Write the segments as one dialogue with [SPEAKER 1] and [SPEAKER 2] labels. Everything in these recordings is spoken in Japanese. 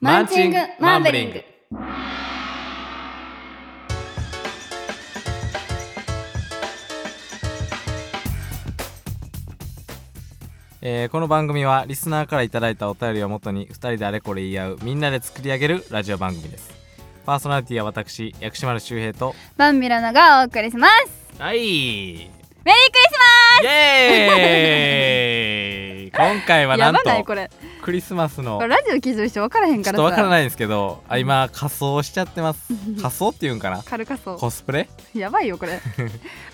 [SPEAKER 1] マンチングマンブリング。
[SPEAKER 2] えーこの番組はリスナーからいただいたお便りをもとに2人であれこれ言い合うみんなで作り上げるラジオ番組ですパーソナリティは私薬師丸周平と
[SPEAKER 1] バンビラナがお送りします。
[SPEAKER 2] はいイ
[SPEAKER 1] メリークリス
[SPEAKER 2] エーイ 今回
[SPEAKER 1] マ
[SPEAKER 2] は
[SPEAKER 1] ス。
[SPEAKER 2] な
[SPEAKER 1] や
[SPEAKER 2] ん
[SPEAKER 1] ばない
[SPEAKER 2] と
[SPEAKER 1] これ。
[SPEAKER 2] クリスマスの
[SPEAKER 1] これラジオ聞いてる人分からへ
[SPEAKER 2] ち
[SPEAKER 1] ん
[SPEAKER 2] ょ
[SPEAKER 1] か
[SPEAKER 2] っ
[SPEAKER 1] ら
[SPEAKER 2] とわから
[SPEAKER 1] い。
[SPEAKER 2] ないんですけどあ今仮装しちゃってます仮装っていうんかな
[SPEAKER 1] 軽かそ
[SPEAKER 2] コスプレ
[SPEAKER 1] う。やばいよ これ。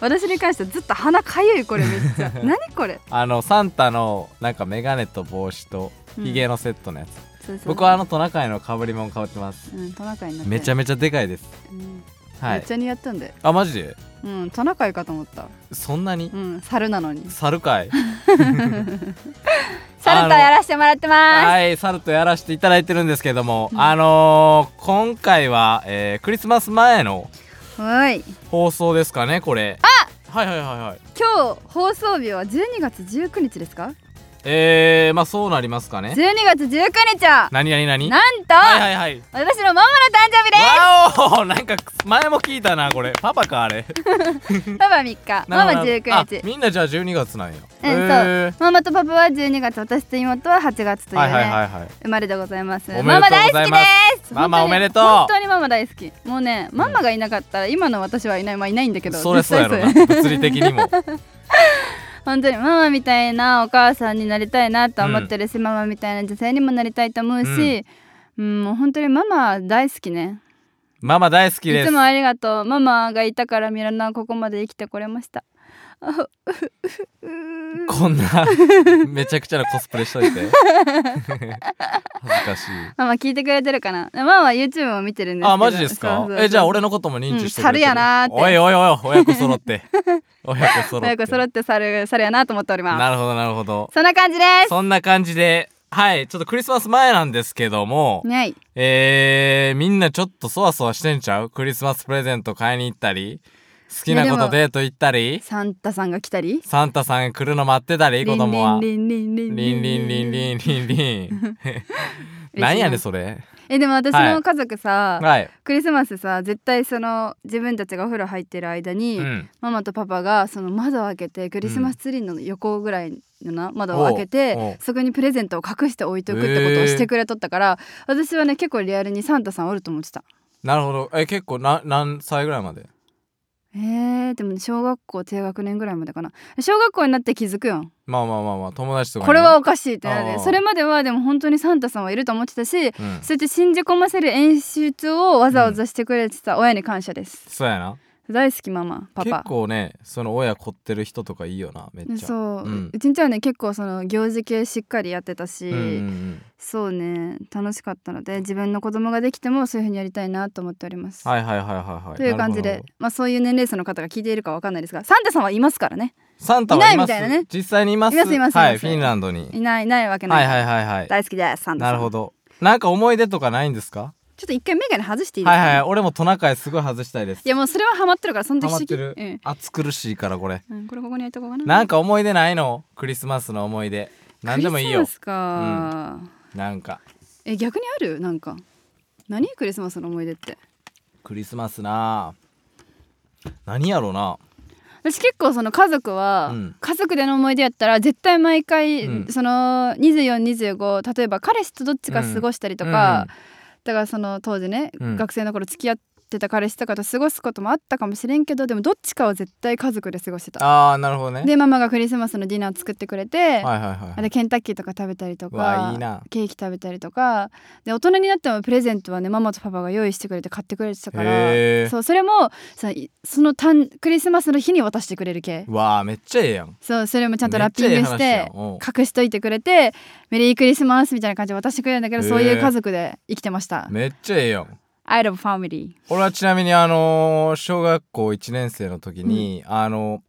[SPEAKER 1] 私に関してはずっと鼻かゆいこれめっ ちゃ。何これ。
[SPEAKER 2] あのサンタのなんかメガネと帽子とヒゲのセットのやつ、
[SPEAKER 1] そうそうそう
[SPEAKER 2] 僕はあ。のトナカイの被り物被ってます
[SPEAKER 1] うんトナカイになって。
[SPEAKER 2] めちゃめちゃでかいです
[SPEAKER 1] うん
[SPEAKER 2] は
[SPEAKER 1] めっ
[SPEAKER 2] い
[SPEAKER 1] ちゃ似合ったんで。
[SPEAKER 2] あマジで
[SPEAKER 1] うんトナカイかと思った。
[SPEAKER 2] そんなに
[SPEAKER 1] うん猿なのに。
[SPEAKER 2] 猿かい
[SPEAKER 1] 猿とやらせてもらってま
[SPEAKER 2] はい猿とやらせていただいてるんですけども、あのー、今回は、えークリスマス前の
[SPEAKER 1] す。はい。
[SPEAKER 2] 放送ですかねこれあはいはいはいはい
[SPEAKER 1] 今日放送日は12月19日ですか
[SPEAKER 2] えー、まあそうなりますかね
[SPEAKER 1] ?12 月19日は
[SPEAKER 2] 何何何
[SPEAKER 1] なんと、
[SPEAKER 2] はいはいはい
[SPEAKER 1] 私のママの誕生日で
[SPEAKER 2] わおなんか前も聞いたなこれパパかあ れ
[SPEAKER 1] すパパ3日ママ19
[SPEAKER 2] あ
[SPEAKER 1] 日
[SPEAKER 2] みんなじゃあ12月なんや
[SPEAKER 1] うんそう
[SPEAKER 2] へー
[SPEAKER 1] ママとパパは12月私と妹は8月というね、
[SPEAKER 2] はいはいはいはい
[SPEAKER 1] 生まれでございます
[SPEAKER 2] おめでとうござ
[SPEAKER 1] マ
[SPEAKER 2] います
[SPEAKER 1] マ大好きです
[SPEAKER 2] ママ
[SPEAKER 1] 本当に
[SPEAKER 2] おめでとう
[SPEAKER 1] 本当にママ大好きもうねママがいなかったら今の私はいないまあいないんだけど
[SPEAKER 2] それそうやろ
[SPEAKER 1] 実際
[SPEAKER 2] な
[SPEAKER 1] そうや
[SPEAKER 2] 物理的にも
[SPEAKER 1] 本当にママみたいなお母さんになりたいなと思ってるし、ママみたいな女性にもなりたいと思うし、うん、もう本当にママ大好きね
[SPEAKER 2] ママ大好きで
[SPEAKER 1] いつ
[SPEAKER 2] す
[SPEAKER 1] もありがとうママがいたからミラナはここまで生きてこれましたあうううう
[SPEAKER 2] こ んなめちゃくちゃなコスプレしといて恥ずかしい
[SPEAKER 1] ママ聞いてくれてるかなママは YouTube を見てるんですけど
[SPEAKER 2] あマジですか
[SPEAKER 1] そうそうそう
[SPEAKER 2] えじゃあ俺のことも認知してくれてる
[SPEAKER 1] うん猿やなーって
[SPEAKER 2] おいおいおい親子揃って 親子揃って
[SPEAKER 1] 親子揃って猿猿やなと思っております
[SPEAKER 2] なるほどなるほど
[SPEAKER 1] そんな感じです
[SPEAKER 2] そんな感じではいちょっとクリスマス前なんですけども、
[SPEAKER 1] はい
[SPEAKER 2] えー、みんなちょっとそわそわしてんちゃうクリスマスプレゼント買いに行ったり好きなこ
[SPEAKER 1] いやで
[SPEAKER 2] と
[SPEAKER 1] も
[SPEAKER 2] デート行ったり
[SPEAKER 1] サンタさんが来たり
[SPEAKER 2] サンタさん来るの待ってたり子供は
[SPEAKER 1] リンリンリ
[SPEAKER 2] リ
[SPEAKER 1] ン
[SPEAKER 2] ンリンリン
[SPEAKER 1] ン
[SPEAKER 2] リンリンリ ンな
[SPEAKER 1] な
[SPEAKER 2] んやねんそれ
[SPEAKER 1] えでも私の家族さ、
[SPEAKER 2] はい、
[SPEAKER 1] クリスマスさ絶対その自分たちがお風呂入ってる間に、
[SPEAKER 2] うん、
[SPEAKER 1] ママとパパがその窓を開けてクリスマスツリーの横ぐらいのな窓を開けて、
[SPEAKER 2] おうおう
[SPEAKER 1] そこにプレゼントを隠して置いとくってことをしてくれとったから、私はね結構リアルにサンタさんおると思ってた
[SPEAKER 2] なるほどえ結構な何歳ぐらいまで
[SPEAKER 1] えー、でもね小学校低学年ぐらいまでかな小学校になって気づくやん
[SPEAKER 2] まあまあまあまあ友達とかに
[SPEAKER 1] これはおかしいってな
[SPEAKER 2] あ
[SPEAKER 1] る
[SPEAKER 2] ー
[SPEAKER 1] それまではでも本当にサンタさんはいると思ってたし
[SPEAKER 2] うん
[SPEAKER 1] そうやって信じ込ませる演出をわざわざしてくれてた親に感謝です、
[SPEAKER 2] そうやな
[SPEAKER 1] 大好きママパパ
[SPEAKER 2] 結構ねその親凝ってる人とかいいよなめっちゃ
[SPEAKER 1] そう、うんちんちはね結構その行事系しっかりやってたし、
[SPEAKER 2] うんうん
[SPEAKER 1] そうね楽しかったので自分の子供ができてもそういうふうにやりたいなと思っております。
[SPEAKER 2] うん、はいはいはいはいはい
[SPEAKER 1] という感
[SPEAKER 2] なる
[SPEAKER 1] じで
[SPEAKER 2] ほど、
[SPEAKER 1] まあ、そういう年齢層の方が聞いているかわかんないですがサンタさんはいますからね
[SPEAKER 2] サンタはい
[SPEAKER 1] いな
[SPEAKER 2] ま
[SPEAKER 1] い
[SPEAKER 2] す
[SPEAKER 1] みたいなね
[SPEAKER 2] 実際にいます
[SPEAKER 1] いますいます
[SPEAKER 2] はいい
[SPEAKER 1] ます
[SPEAKER 2] フィンランドに
[SPEAKER 1] いないいないわけな、
[SPEAKER 2] はいいはいはいはい
[SPEAKER 1] 大好きですサンタさ
[SPEAKER 2] なんるほどなんか思い出とかないんですか
[SPEAKER 1] ちょっと一回メガネ外していいです
[SPEAKER 2] は
[SPEAKER 1] か、
[SPEAKER 2] いはい俺もトナカイすごい外したいです
[SPEAKER 1] いやもうそれはハマってるからその時
[SPEAKER 2] ハマっ
[SPEAKER 1] 式
[SPEAKER 2] てる、
[SPEAKER 1] うん
[SPEAKER 2] 暑苦しいからこれ
[SPEAKER 1] うん、これここに置いとこうかな
[SPEAKER 2] なんか思い出ないのクリスマスの思い出何でもいい
[SPEAKER 1] ク
[SPEAKER 2] よ
[SPEAKER 1] リスマスか、
[SPEAKER 2] なんか
[SPEAKER 1] え逆にあるなんか何クリスマスの思い出って
[SPEAKER 2] クリスマスなあ何やろうな
[SPEAKER 1] 私結構その家族は、
[SPEAKER 2] うん
[SPEAKER 1] 家族での思い出やったら絶対毎回、
[SPEAKER 2] うん
[SPEAKER 1] その2425例えば彼氏とどっちか過ごしたりとか、だからその当時ね、
[SPEAKER 2] うん
[SPEAKER 1] 学生の頃付き合ってた彼氏とかと過ごすこともあったかもしれんけどでもどっちかは絶対家族で過ごしてた。
[SPEAKER 2] ああなるほどね
[SPEAKER 1] でママがクリスマスのディナー作ってくれて、
[SPEAKER 2] はいはいはい
[SPEAKER 1] でケンタッキーとか食べたりと
[SPEAKER 2] うわ
[SPEAKER 1] か
[SPEAKER 2] いいな
[SPEAKER 1] ケーキ食べたりとかで大人になってもプレゼントはねママとパパが用意してくれて買ってくれてたから
[SPEAKER 2] へえ
[SPEAKER 1] そうそれもそのいそのたんクリスマスの日に渡してくれる系
[SPEAKER 2] うわあめっちゃええやん
[SPEAKER 1] そうそれもちゃんとラッピングし
[SPEAKER 2] めっちゃええ話や
[SPEAKER 1] て
[SPEAKER 2] んうん
[SPEAKER 1] 隠しといてくれてメリークリスマスみたいな感じで渡してくれるんだけど
[SPEAKER 2] へえ
[SPEAKER 1] そういう家族で生きてました
[SPEAKER 2] めっちゃええやん
[SPEAKER 1] I love family
[SPEAKER 2] 俺はちなみにあのー小学校1年生の時に、あの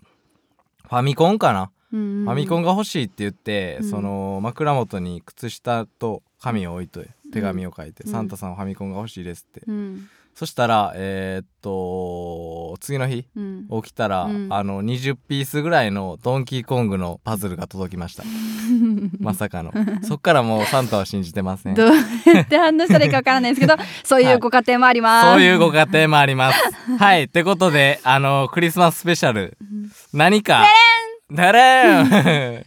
[SPEAKER 2] ファミコンかな、
[SPEAKER 1] フ
[SPEAKER 2] ファ
[SPEAKER 1] ァ
[SPEAKER 2] ミコンが欲しいって言って、
[SPEAKER 1] うん
[SPEAKER 2] その枕元に靴下と紙を置いといて手紙を書いて、
[SPEAKER 1] うん
[SPEAKER 2] サンタさんファミコンが欲しいですって
[SPEAKER 1] うん
[SPEAKER 2] そしたらえーっと次の日
[SPEAKER 1] うん、
[SPEAKER 2] 起きたら、
[SPEAKER 1] うん
[SPEAKER 2] あの20ピースぐらいのドンキーコングのパズルが届き ましたまさかのそっからもうサンタは信じてません
[SPEAKER 1] どうやって反応したらいいかわからない ですけどそういうご家庭もあります、
[SPEAKER 2] そういうご家庭もあります。はい。ってことで、あの、クリスマススペシャル、何か、だれん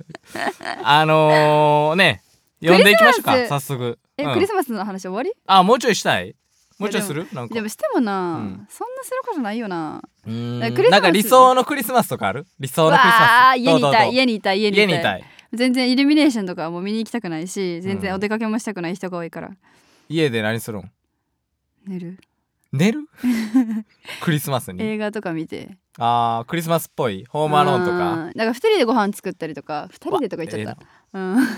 [SPEAKER 2] あのー、ね、呼んでいきましょう
[SPEAKER 1] クリ
[SPEAKER 2] か、
[SPEAKER 1] スマ
[SPEAKER 2] 早速。
[SPEAKER 1] え、
[SPEAKER 2] うん
[SPEAKER 1] クリスマスの話終わり
[SPEAKER 2] あ、もうちょいしたいもうちょいするなんか
[SPEAKER 1] で。もしてもな、
[SPEAKER 2] うん
[SPEAKER 1] そんなすることないよな
[SPEAKER 2] うーん
[SPEAKER 1] だからクリスマス
[SPEAKER 2] なんか理想のクリスマスとかある理想のクリス
[SPEAKER 1] わ
[SPEAKER 2] マ
[SPEAKER 1] あ
[SPEAKER 2] ス。
[SPEAKER 1] 家にいた
[SPEAKER 2] ど
[SPEAKER 1] い
[SPEAKER 2] う
[SPEAKER 1] 家にいたい家
[SPEAKER 2] どう
[SPEAKER 1] に
[SPEAKER 2] どう家に
[SPEAKER 1] い
[SPEAKER 2] い
[SPEAKER 1] た
[SPEAKER 2] た
[SPEAKER 1] い
[SPEAKER 2] い。
[SPEAKER 1] 全然イルミネーションとかも見に行きたくないし全
[SPEAKER 2] う
[SPEAKER 1] 然
[SPEAKER 2] ん
[SPEAKER 1] お出かけもしたくない人が多いから
[SPEAKER 2] 家で何するん
[SPEAKER 1] 寝る
[SPEAKER 2] 寝 るクリスマスに。
[SPEAKER 1] 映画とか見て
[SPEAKER 2] あー、クリスマスっぽい。ホームアローンと
[SPEAKER 1] う
[SPEAKER 2] か。
[SPEAKER 1] んだから2人でご飯作ったりとか2人でとか言っちゃった、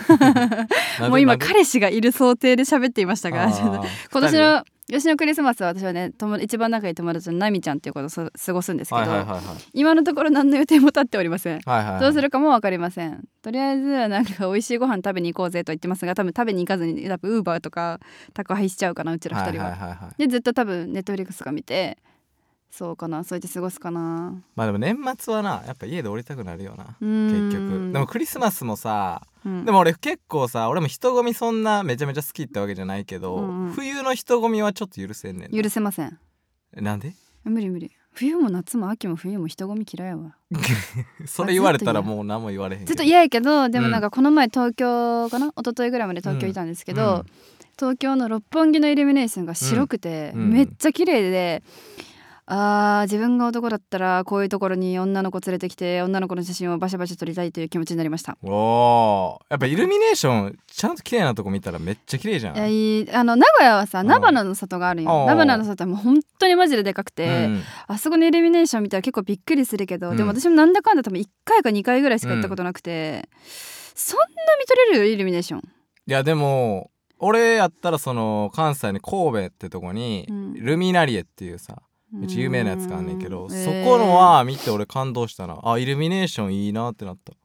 [SPEAKER 2] た
[SPEAKER 1] うん、もう今彼氏がいる想定で喋っていましたからちょっと今年の吉野クリスマスは私はね友一番仲いい友達のナミちゃんっていう子とそ過ごすんですけど、
[SPEAKER 2] はいはいはいはい。
[SPEAKER 1] 今のところ何の予定も立っておりません、
[SPEAKER 2] はいはいはい、
[SPEAKER 1] どうするかも分かりませんとりあえずなんか美味しいご飯食べに行こうぜと言ってますが多分食べに行かずに多分ウーバーとか宅配しちゃうかなうちら二人は,、
[SPEAKER 2] はいはいはいはい
[SPEAKER 1] でずっと多分ネットフリックスが見てそうかなそうやって過ごすかな
[SPEAKER 2] まあでも年末はなやっぱ家で降りたくなるよな
[SPEAKER 1] うーん
[SPEAKER 2] 結局でもクリスマスもさ
[SPEAKER 1] うん
[SPEAKER 2] でも俺結構さ俺も人混みそんなめちゃめちゃ好きってわけじゃないけど、
[SPEAKER 1] うんうん
[SPEAKER 2] 冬の人混みはちょっと許せんねんな
[SPEAKER 1] 許せません
[SPEAKER 2] なんで
[SPEAKER 1] 無理無理冬も夏も秋も冬も人混み嫌いやわ
[SPEAKER 2] それ言われたらもう何も言われへんけ
[SPEAKER 1] ち
[SPEAKER 2] ど
[SPEAKER 1] ょっと嫌やけどでもなんかこの前東京かな一昨日ぐらいまで東京いたんですけど、
[SPEAKER 2] うん
[SPEAKER 1] 東京の六本木のイルミネーションが白くて、
[SPEAKER 2] うん
[SPEAKER 1] めっちゃ綺麗で。あー自分が男だったらこういうところに女の子連れてきて女の子の写真をバシャバシャ撮りたいという気持ちになりました
[SPEAKER 2] おーやっぱイルミネーションちゃんと綺麗なとこ見たらめっちゃ綺麗じゃん
[SPEAKER 1] いやいいあの名古屋はさ
[SPEAKER 2] うん
[SPEAKER 1] 菜花の里がある
[SPEAKER 2] あー
[SPEAKER 1] よ菜花の里はもう本当にマジででかくて、
[SPEAKER 2] うん
[SPEAKER 1] あそこのイルミネーション見たら結構びっくりするけど、
[SPEAKER 2] うん
[SPEAKER 1] でも私もなんだかんだ多分1回か2回ぐらいしか行ったことなくて、そんな見とれるイルミネーション
[SPEAKER 2] いやでも俺やったらその関西の神戸ってとこに、
[SPEAKER 1] うん
[SPEAKER 2] ルミナリエっていうさめっちゃ有名なやつがあんねんけど、
[SPEAKER 1] うん
[SPEAKER 2] そこの、は見て俺感動したなあイルミネーションいいなってなった
[SPEAKER 1] な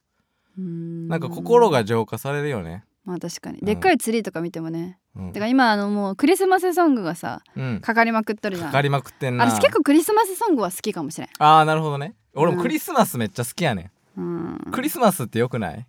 [SPEAKER 2] なんか心が浄化されるよね
[SPEAKER 1] まあ確かに
[SPEAKER 2] うん
[SPEAKER 1] でっかいツリーとか見てもね、
[SPEAKER 2] うん
[SPEAKER 1] てか今あのもうクリスマスソングがさ
[SPEAKER 2] うん
[SPEAKER 1] かかりまくっとるじゃ
[SPEAKER 2] か
[SPEAKER 1] ん
[SPEAKER 2] かりまくってんな
[SPEAKER 1] あ私結構クリスマスソングは好きかもしれん、
[SPEAKER 2] ああなるほどね俺
[SPEAKER 1] う
[SPEAKER 2] も
[SPEAKER 1] ん
[SPEAKER 2] クリスマスめっちゃ好きやねん、
[SPEAKER 1] うん、
[SPEAKER 2] クリスマスってよくない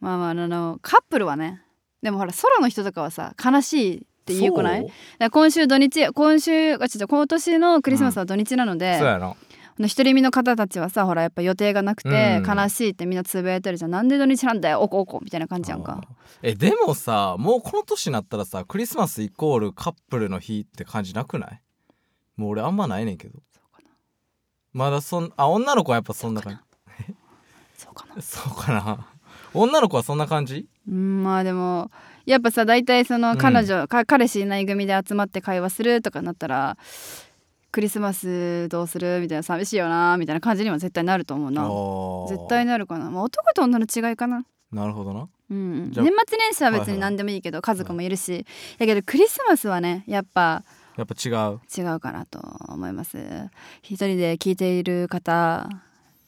[SPEAKER 1] まあまああのカップルはねでもほら空の人とかはさ悲しいって言うくない
[SPEAKER 2] そ
[SPEAKER 1] だから今週土日今週あちょっと今年のクリスマスは土日なので、
[SPEAKER 2] そうやな
[SPEAKER 1] あの独り身の方たちはさほらやっぱ予定がなくて、
[SPEAKER 2] うん
[SPEAKER 1] 悲しいってみんなつぶやいてるじゃんなんで土日なんだよおこおこみたいな感じやんか
[SPEAKER 2] あーえでもさもうこの年になったらさクリスマスイコールカップルの日って感じなくないもう俺あんまないねんけど
[SPEAKER 1] そうかな
[SPEAKER 2] まだそんあ女の子はやっぱそんな感
[SPEAKER 1] そうかな
[SPEAKER 2] じそうかな女の子はそんな感じ
[SPEAKER 1] うんまあでもやっぱさ大体その彼女、か彼氏いない組で集まって会話するとかなったらクリスマスどうするみたいな寂しいよなみたいな感じには絶対なると思うな絶
[SPEAKER 2] 絶
[SPEAKER 1] 対なるかな、まあ、男と女の違いかな
[SPEAKER 2] なるほどな
[SPEAKER 1] うんうん、
[SPEAKER 2] じゃ
[SPEAKER 1] 年
[SPEAKER 2] あ
[SPEAKER 1] 末年始は別
[SPEAKER 2] はいは
[SPEAKER 1] に
[SPEAKER 2] い
[SPEAKER 1] 何でもいいけど、家族もいるし、やけどクリスマスはねやっぱ
[SPEAKER 2] やっぱ違う
[SPEAKER 1] 違うかなと思います一人で聞いている方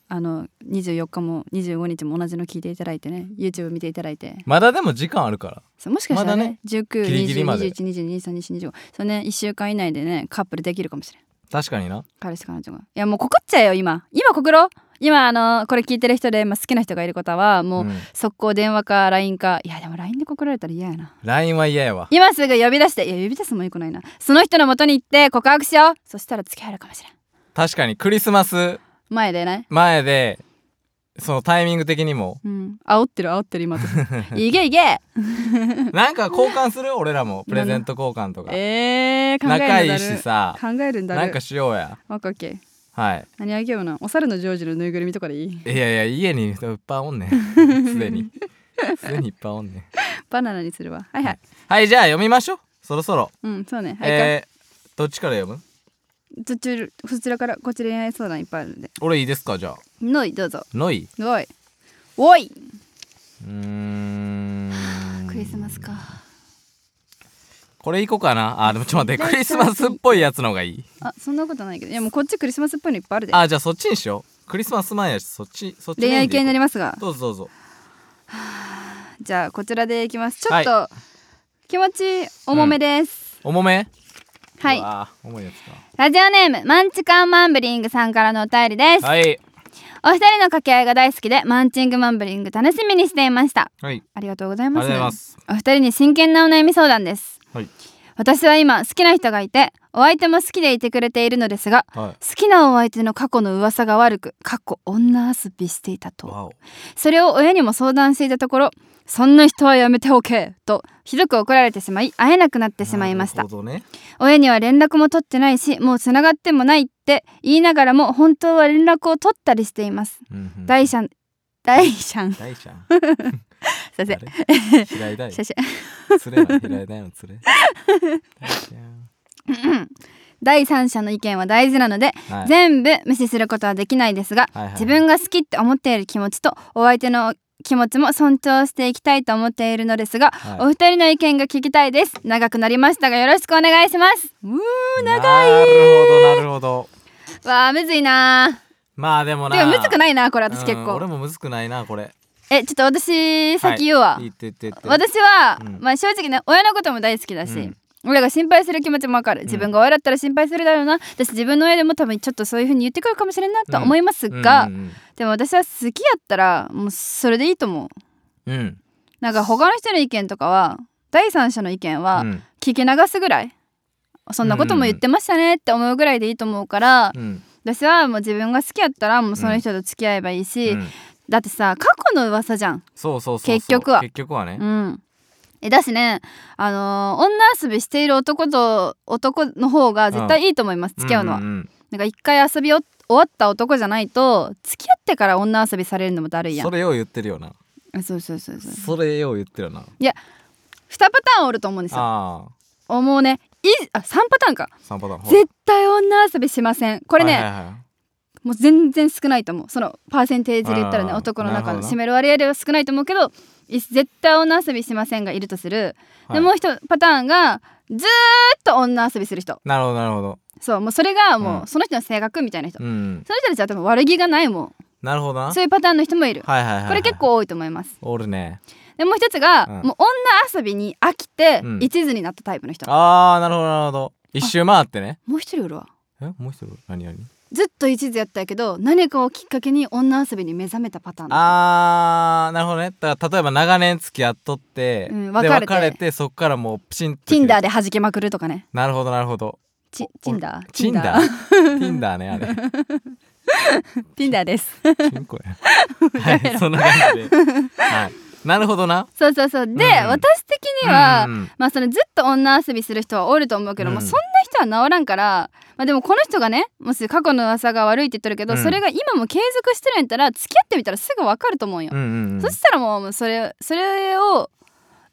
[SPEAKER 1] あの24日も25日も同じの聞いていただいてね YouTube 見ていただいて
[SPEAKER 2] まだでも時間あるから
[SPEAKER 1] そうもしかした
[SPEAKER 2] まだ
[SPEAKER 1] らね
[SPEAKER 2] ねギリギリまで
[SPEAKER 1] 192021222325そうね1週間以内でねカップルできるかもしれん
[SPEAKER 2] 確かにな
[SPEAKER 1] 彼氏彼女がいやもう告っちゃえよ今今告ろう今あのこれ聞いてる人で、まあ、好きな人がいる方はもう、
[SPEAKER 2] うん
[SPEAKER 1] 速攻電話か LINE かいやでも LINE で告られたら嫌やな
[SPEAKER 2] LINE は嫌やわ
[SPEAKER 1] 今すぐ呼び出していや呼び出すのもよくないなその人の元に行って告白しようそしたら付き合えるかもしれん
[SPEAKER 2] 確かにクリスマス
[SPEAKER 1] 前でね
[SPEAKER 2] 前でそのタイミング的にも
[SPEAKER 1] うん煽ってる煽ってる今私 いけいけ
[SPEAKER 2] なんか交換する 俺らもプレゼント交換とか
[SPEAKER 1] えー、考えるんだ
[SPEAKER 2] 仲
[SPEAKER 1] る
[SPEAKER 2] いいしさ
[SPEAKER 1] 考えるんだる
[SPEAKER 2] なんかしようや
[SPEAKER 1] オッケーオッケー
[SPEAKER 2] はい
[SPEAKER 1] 何あげようなお猿のジョージのぬいぐるみとかでいい
[SPEAKER 2] いやいや家にいっぱいおん ねんすでにすでにいっぱいおんねん
[SPEAKER 1] バナナにするわはいはい
[SPEAKER 2] はいじゃあ読みましょうそろそろ、
[SPEAKER 1] うんそうねはい、
[SPEAKER 2] えー、どっちから読む
[SPEAKER 1] こっちそちらからこっち恋愛相談いっぱいあるんで
[SPEAKER 2] 俺いいですかじゃあ
[SPEAKER 1] のいどうぞ
[SPEAKER 2] ノイ
[SPEAKER 1] おいおいう
[SPEAKER 2] ーん
[SPEAKER 1] クリスマスか
[SPEAKER 2] これいこうかなあでもちょっと待ってクリスマスっぽいやつの方がいい
[SPEAKER 1] あそんなことないけどいやもうこっちクリスマスっぽいのいっぱいあるで
[SPEAKER 2] あじゃあそっちにしようクリスマス前やしそっちそっちメイン
[SPEAKER 1] 恋
[SPEAKER 2] で
[SPEAKER 1] 愛系になり
[SPEAKER 2] ま
[SPEAKER 1] ますが
[SPEAKER 2] どうぞどうぞ
[SPEAKER 1] じゃあこちらでいきますちょっと、気持ち重めです、
[SPEAKER 2] 重め
[SPEAKER 1] はいう
[SPEAKER 2] わー重いやつ
[SPEAKER 1] ラジオネームマンチカンマンブリングさんからのお便りです、
[SPEAKER 2] かはい
[SPEAKER 1] お二人の掛け合いが大好きでマンチングマンブリング楽しみにしていました
[SPEAKER 2] はい
[SPEAKER 1] ありがとうござい
[SPEAKER 2] ありがとう
[SPEAKER 1] ま
[SPEAKER 2] ご
[SPEAKER 1] す
[SPEAKER 2] ざいます
[SPEAKER 1] お二人に真剣なお悩み相談です
[SPEAKER 2] はい
[SPEAKER 1] 私は今好きな人がいてお相手も好きでいてくれているのですが
[SPEAKER 2] はい
[SPEAKER 1] 好きなお相手の過去の噂が悪く過去女遊びしていたと
[SPEAKER 2] わお
[SPEAKER 1] それを親にも相談していたところそんな人はやめておけとひどく怒られてしまい会えなくなってしまいまし
[SPEAKER 2] な
[SPEAKER 1] た
[SPEAKER 2] るほどね
[SPEAKER 1] 親には連絡も取ってないしもうつながってもないって言いながらも本当は連絡を取ったりしています
[SPEAKER 2] うんうん
[SPEAKER 1] 大シャン大シャ ンす
[SPEAKER 2] 大ちゃん
[SPEAKER 1] いません
[SPEAKER 2] あれ平 井大
[SPEAKER 1] シャシ
[SPEAKER 2] 釣れない平井大の釣れ大ち
[SPEAKER 1] ャ第三者の意見は大事なので、
[SPEAKER 2] ゃんはい
[SPEAKER 1] 全部無視することはできないですが、
[SPEAKER 2] はいはい
[SPEAKER 1] 自分が好きって思っている気持ちとお相手の気持ちも尊重していきたいと思っているのですが、
[SPEAKER 2] はい
[SPEAKER 1] お二人の意見が聞きたいです長くなりましたがよろしくお願いしますうー
[SPEAKER 2] 長いなるほどなるほど
[SPEAKER 1] わあむずいな
[SPEAKER 2] まあでも
[SPEAKER 1] ー
[SPEAKER 2] な
[SPEAKER 1] てかむずくないなこれ私
[SPEAKER 2] うん
[SPEAKER 1] 結構、
[SPEAKER 2] 俺もむずくないなこれ
[SPEAKER 1] えちょっと私先言うわ、
[SPEAKER 2] 言って言って言って
[SPEAKER 1] 私は、
[SPEAKER 2] うん
[SPEAKER 1] まあ正直ね親のことも大好きだし、
[SPEAKER 2] うん
[SPEAKER 1] 親が心配する気持ちもわかる自分が親だったら心配するだろうな私自分の親でも多分ちょっとそういう風に言ってくるかもしれんなとは思いますが、
[SPEAKER 2] うんうん
[SPEAKER 1] でも私は好きやったらもうそれでいいと思う
[SPEAKER 2] うんうん
[SPEAKER 1] なんか他の人の意見とかは第三者の意見は
[SPEAKER 2] うん
[SPEAKER 1] 聞き流すぐらい、そんなことも言ってましたねって思うぐらいでいいと思うから、
[SPEAKER 2] うん
[SPEAKER 1] 私はもう自分が好きやったらもうその人と付き合えばいいし、
[SPEAKER 2] うん
[SPEAKER 1] だってさ過去の噂じゃん
[SPEAKER 2] そうそうそうそう
[SPEAKER 1] 結局は
[SPEAKER 2] 結局はね
[SPEAKER 1] うん、えだしね、あのー女遊びしている男と男の方が絶対いいと思います、付き合うのは。
[SPEAKER 2] んん
[SPEAKER 1] なんか一回遊びお終わった男じゃないと付き合ってから女遊びされるのもだる
[SPEAKER 2] う
[SPEAKER 1] い
[SPEAKER 2] ん
[SPEAKER 1] やん
[SPEAKER 2] それよう言ってるよな
[SPEAKER 1] あそうそうそうそう
[SPEAKER 2] それよう言ってるよな
[SPEAKER 1] 2パターンおると思うんですよ
[SPEAKER 2] あ
[SPEAKER 1] もうねいあ3パターンか
[SPEAKER 2] あ三パターンほら
[SPEAKER 1] 絶対女遊びしませんこれね、
[SPEAKER 2] はいはいはい
[SPEAKER 1] もう全然少ないと思うそのパーセンテージで言ったらね
[SPEAKER 2] あー
[SPEAKER 1] 男の
[SPEAKER 2] な
[SPEAKER 1] 中
[SPEAKER 2] るほ
[SPEAKER 1] の
[SPEAKER 2] どな
[SPEAKER 1] 占める割合では少ないと思うけどい絶対女遊びしませんがいるとする、
[SPEAKER 2] はい
[SPEAKER 1] でもう一パターンがずーっと女遊びする人
[SPEAKER 2] なるほどなるほど
[SPEAKER 1] そうもうそれが
[SPEAKER 2] う
[SPEAKER 1] もうその人の性格みたいな人、
[SPEAKER 2] うん
[SPEAKER 1] その人たちは多分悪気がないも
[SPEAKER 2] なるほどなん
[SPEAKER 1] そういうパターンの人もいる、
[SPEAKER 2] はいはいはいはい
[SPEAKER 1] これ結構多いと思います
[SPEAKER 2] おるね
[SPEAKER 1] でもう一つが、
[SPEAKER 2] うん
[SPEAKER 1] もう女遊びに飽きて
[SPEAKER 2] うん
[SPEAKER 1] 一途になったタイプの人、
[SPEAKER 2] ああなるほどなるほど一周回ってね
[SPEAKER 1] もう一人おるわ
[SPEAKER 2] えもう一人何何
[SPEAKER 1] ずっと一途やったんやけど何かをきっかけに女遊びに目覚めたパターンの
[SPEAKER 2] あーなるほどねだから例えば長年付き合っとって、
[SPEAKER 1] うん
[SPEAKER 2] で
[SPEAKER 1] 別れて
[SPEAKER 2] 別れてそっからもうプチン
[SPEAKER 1] 人 Tinder
[SPEAKER 2] で
[SPEAKER 1] で弾けまくるとかね
[SPEAKER 2] なるほどなるほど
[SPEAKER 1] ち
[SPEAKER 2] お
[SPEAKER 1] Tinder
[SPEAKER 2] Tinder Tinder ねあれ
[SPEAKER 1] Tinder です
[SPEAKER 2] チンコ やはいそんな感じで、はい、なるほどな
[SPEAKER 1] そうそうそうで、
[SPEAKER 2] ん
[SPEAKER 1] 私的には、
[SPEAKER 2] うんうん
[SPEAKER 1] まあそのずっと女遊びする人はおると思うけど、
[SPEAKER 2] うん
[SPEAKER 1] もうそんな人は治らんから、まあ、でもこの人がねもし過去の噂が悪いって言ってるけど、
[SPEAKER 2] うん
[SPEAKER 1] それが今も継続してるんやったら付き合ってみたらすぐ分かると思うんよ、
[SPEAKER 2] うんうんうん
[SPEAKER 1] そしたらもうもうそれそれを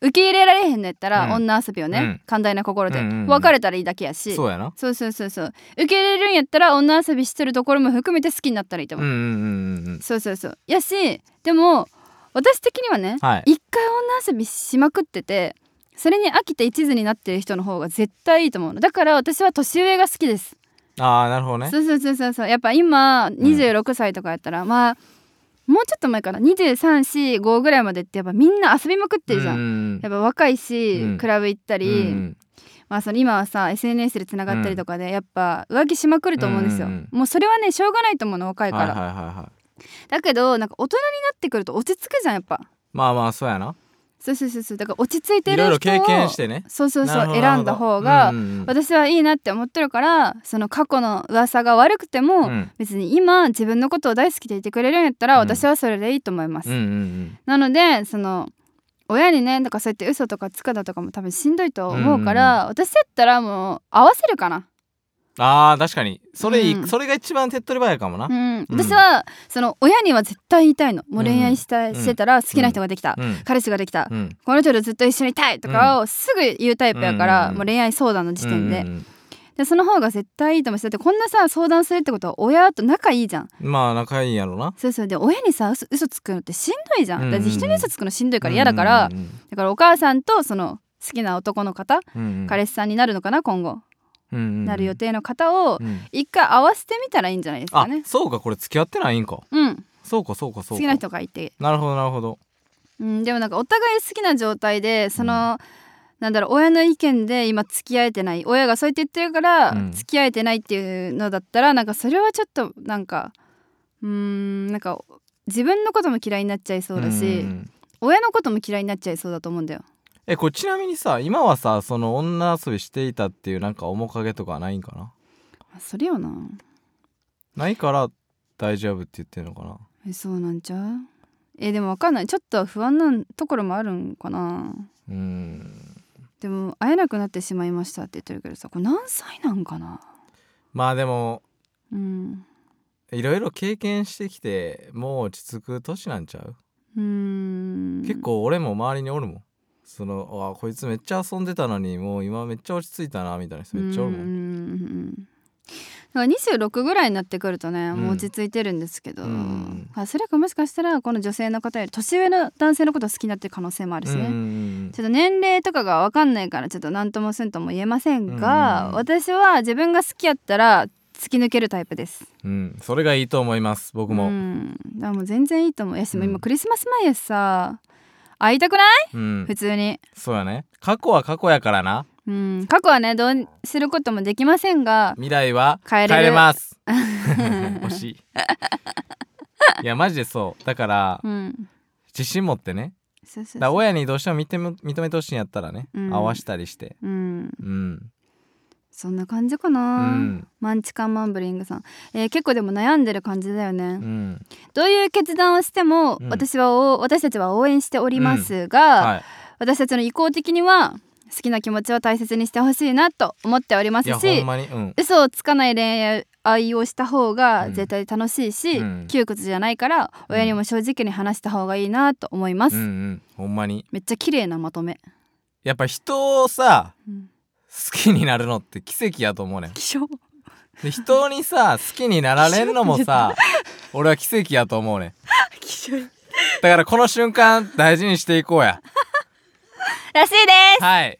[SPEAKER 1] 受け入れられへんのやったら、
[SPEAKER 2] うん
[SPEAKER 1] 女遊びをね、
[SPEAKER 2] うん
[SPEAKER 1] 寛大な心で、
[SPEAKER 2] うんうんうん
[SPEAKER 1] 別れたらいいだけやし
[SPEAKER 2] そうやな
[SPEAKER 1] そうそうそうそう受け入れるんやったら女遊びしてるところも含めて好きになったらいいと
[SPEAKER 2] うんう
[SPEAKER 1] 思う、
[SPEAKER 2] んうんうん
[SPEAKER 1] そうそうそうやしでも私的にはね、
[SPEAKER 2] はい
[SPEAKER 1] 一回女遊びしまくっててそれに飽きて一途になってる人の方が絶対いいと思うのだから私は年上が好きです、
[SPEAKER 2] ああなるほどね
[SPEAKER 1] そうそうそうそうそうやっぱ今26歳とかやったら、まあもうちょっと前かな2345ぐらいまでってやっぱみんな遊びまくってるじゃん、
[SPEAKER 2] うん
[SPEAKER 1] やっぱ若いし、
[SPEAKER 2] うん
[SPEAKER 1] クラブ行った
[SPEAKER 2] う
[SPEAKER 1] り、
[SPEAKER 2] んうん
[SPEAKER 1] まあ、その今はさ SNS でつながったりとかでやっぱ浮気しまくると思うんですよ、
[SPEAKER 2] うんうん
[SPEAKER 1] もうそれはねしょうがないと思うの若いか
[SPEAKER 2] はいはい
[SPEAKER 1] ら、
[SPEAKER 2] はいはい
[SPEAKER 1] だけどなんか大人になってくると落ち着くじゃんやっぱ
[SPEAKER 2] まあまあそうやな
[SPEAKER 1] そうそうそうそうだから落ち着いて
[SPEAKER 2] い
[SPEAKER 1] る
[SPEAKER 2] ろ
[SPEAKER 1] 人を
[SPEAKER 2] いろ経験してね
[SPEAKER 1] そうそうそ
[SPEAKER 2] な
[SPEAKER 1] う
[SPEAKER 2] るほど
[SPEAKER 1] 選んだ方が、
[SPEAKER 2] うんうんうん
[SPEAKER 1] 私はいいなって思ってるからその過去の噂が悪くても、
[SPEAKER 2] うん
[SPEAKER 1] 別に今自分のことを大好きでいてくれるんやったら、
[SPEAKER 2] うん
[SPEAKER 1] 私はそれでいいと思います、
[SPEAKER 2] うんうん
[SPEAKER 1] なのでその親にねだからそうやって嘘とかつくだとかも多分しんどいと思うから、私やったらもう合わせるかな、
[SPEAKER 2] うんあー確かにそれいい
[SPEAKER 1] うん
[SPEAKER 2] それが一番手っ取り早いかもな
[SPEAKER 1] うん
[SPEAKER 2] うん
[SPEAKER 1] 私はその親には絶対言いたいのもう恋愛した、
[SPEAKER 2] ん
[SPEAKER 1] してたら好きな人ができた、
[SPEAKER 2] うん
[SPEAKER 1] 彼氏ができた、
[SPEAKER 2] うん
[SPEAKER 1] この人とずっと一緒にいたいとかをすぐ言うタイプやから、
[SPEAKER 2] うん
[SPEAKER 1] もう恋愛相談の時点で、
[SPEAKER 2] うんうんうん
[SPEAKER 1] でその方が絶対いいと思うしだってこんなさ相談するってことは親と仲いいじゃん
[SPEAKER 2] まあ仲いいんやろな
[SPEAKER 1] そうそうで親にさ嘘嘘つくのってしんどいじゃ
[SPEAKER 2] う
[SPEAKER 1] ん、
[SPEAKER 2] んうん
[SPEAKER 1] だって人に嘘つくのしんどいから嫌だから、
[SPEAKER 2] うん
[SPEAKER 1] だからお母さんとその好きな男の方、
[SPEAKER 2] うんうん
[SPEAKER 1] 彼氏さんになるのかな今後、
[SPEAKER 2] うんうん
[SPEAKER 1] なる予定の方を
[SPEAKER 2] うん
[SPEAKER 1] 一回合わせてみたらいいんじゃないですか
[SPEAKER 2] あ
[SPEAKER 1] ね
[SPEAKER 2] そうかこれ付き合ってないんか
[SPEAKER 1] うん
[SPEAKER 2] そうかそうかそうか
[SPEAKER 1] 好きな人がいて、
[SPEAKER 2] なるほどなるほど
[SPEAKER 1] うん、でもなんかお互い好きな状態でその、なんだろう親の意見で今付き合えてない親がそうやって言ってるから
[SPEAKER 2] うん
[SPEAKER 1] 付き合えてないっていうのだったら、なんかそれはちょっとなんかうーんなんか自分のことも嫌いになっちゃいそうだし、
[SPEAKER 2] ん
[SPEAKER 1] 親のことも嫌いになっちゃいそうだと思うんだよ。
[SPEAKER 2] えこれちなみにさ今はさその女遊びしていたっていうなんか面影とかないんかな
[SPEAKER 1] あそれよな
[SPEAKER 2] ないから大丈夫って言ってるのかな
[SPEAKER 1] えそうなんちゃうえでもわかんないちょっと不安なところもあるんかな
[SPEAKER 2] うん
[SPEAKER 1] でも会えなくなってしまいましたって言ってるけどさこれ何歳なんかな
[SPEAKER 2] まあでも
[SPEAKER 1] うん
[SPEAKER 2] いろいろ経験してきてもう落ち着く年なんちゃう、
[SPEAKER 1] うーん
[SPEAKER 2] 結構俺も周りにおるもんそのあこいつめっちゃ遊んでたのにもう今めっちゃ落ち着いたなみたいな人めっちゃおるもん
[SPEAKER 1] うんうんうんだから26ぐらいになってくるとね、
[SPEAKER 2] うん
[SPEAKER 1] もう落ち着いてるんですけど、
[SPEAKER 2] うん
[SPEAKER 1] あそれかもしかしたらこの女性の方より年上の男性のことを好きになってる可能性もあるしね、
[SPEAKER 2] うんうん
[SPEAKER 1] ちょっと年齢とかが分かんないからちょっと何ともせんとも言えませんが、
[SPEAKER 2] うん
[SPEAKER 1] 私は自分が好きやったら突き抜けるタイプです
[SPEAKER 2] うんうんそれがいいと思います僕も、
[SPEAKER 1] う
[SPEAKER 2] うん
[SPEAKER 1] ん、だからもう全然いいと思うやし、もう
[SPEAKER 2] う
[SPEAKER 1] 今
[SPEAKER 2] ん
[SPEAKER 1] クリスマス前やしさ会いたくない普通に、
[SPEAKER 2] そうやね過去は過去やからな
[SPEAKER 1] うん、過去はねどうすることもできませんが
[SPEAKER 2] 未来は
[SPEAKER 1] 変えれる
[SPEAKER 2] ます 惜しいいやマジでそうだから
[SPEAKER 1] うん
[SPEAKER 2] 自信持ってね
[SPEAKER 1] そうそう
[SPEAKER 2] だから
[SPEAKER 1] そう
[SPEAKER 2] 親にどうしても認め認めてほしいんやったらね、
[SPEAKER 1] うん
[SPEAKER 2] 合わしたりして
[SPEAKER 1] うん、
[SPEAKER 2] うん
[SPEAKER 1] そんな感じか
[SPEAKER 2] う
[SPEAKER 1] な、
[SPEAKER 2] ん
[SPEAKER 1] マンチカンマンブリングさん、えー結構でも悩んでる感じだよね、
[SPEAKER 2] うん
[SPEAKER 1] どういう決断をしても、
[SPEAKER 2] うん
[SPEAKER 1] 私はお私たちは応援しておりますが、
[SPEAKER 2] はい
[SPEAKER 1] 私たちの意向的には好きな気持ちを大切にしてほしいなと思っております
[SPEAKER 2] いやほ
[SPEAKER 1] し
[SPEAKER 2] んまにうん
[SPEAKER 1] 嘘をつかない恋愛をした方が
[SPEAKER 2] うん
[SPEAKER 1] 絶対楽しいし、
[SPEAKER 2] うん
[SPEAKER 1] 窮屈じゃないから
[SPEAKER 2] うん
[SPEAKER 1] 親にも正直に話した方がいいなと思います、
[SPEAKER 2] うんうんほんまに
[SPEAKER 1] めっちゃ綺麗なまとめ、
[SPEAKER 2] やっぱ人をさ
[SPEAKER 1] うん、
[SPEAKER 2] 好きになるのって奇跡やと思うねん
[SPEAKER 1] 気象
[SPEAKER 2] で人にさ好きになられんのも さ俺は奇跡やと思うねん
[SPEAKER 1] 気象らしいで
[SPEAKER 2] だからこの瞬間大事にしていこうやはい。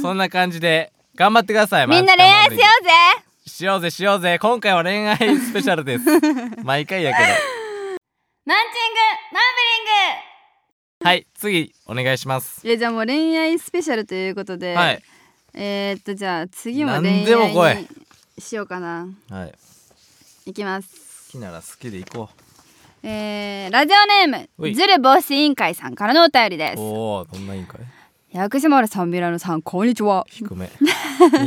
[SPEAKER 2] そんな感じで頑張ってください。
[SPEAKER 1] すみんな恋愛しようぜ
[SPEAKER 2] しようぜしようぜ。今回は恋愛スペシャルです。毎回やけど。
[SPEAKER 1] マンチングマンブリング
[SPEAKER 2] はい、次お願いします。
[SPEAKER 1] えじゃあもう恋愛スペシャルということで、
[SPEAKER 2] はい
[SPEAKER 1] えー、っとじゃあ次も
[SPEAKER 2] なん
[SPEAKER 1] 恋
[SPEAKER 2] でも来い
[SPEAKER 1] 愛にしようかな
[SPEAKER 2] はい。
[SPEAKER 1] いきます
[SPEAKER 2] 好きなら好きでいこ
[SPEAKER 1] えー、ラジオネー
[SPEAKER 2] お
[SPEAKER 1] ム
[SPEAKER 2] い
[SPEAKER 1] ズル防止委員会さんからのお便りで
[SPEAKER 2] う。
[SPEAKER 1] す
[SPEAKER 2] おお、どんな委員会？
[SPEAKER 1] 薬師丸さんミラノさんこんにちは
[SPEAKER 2] 低 め。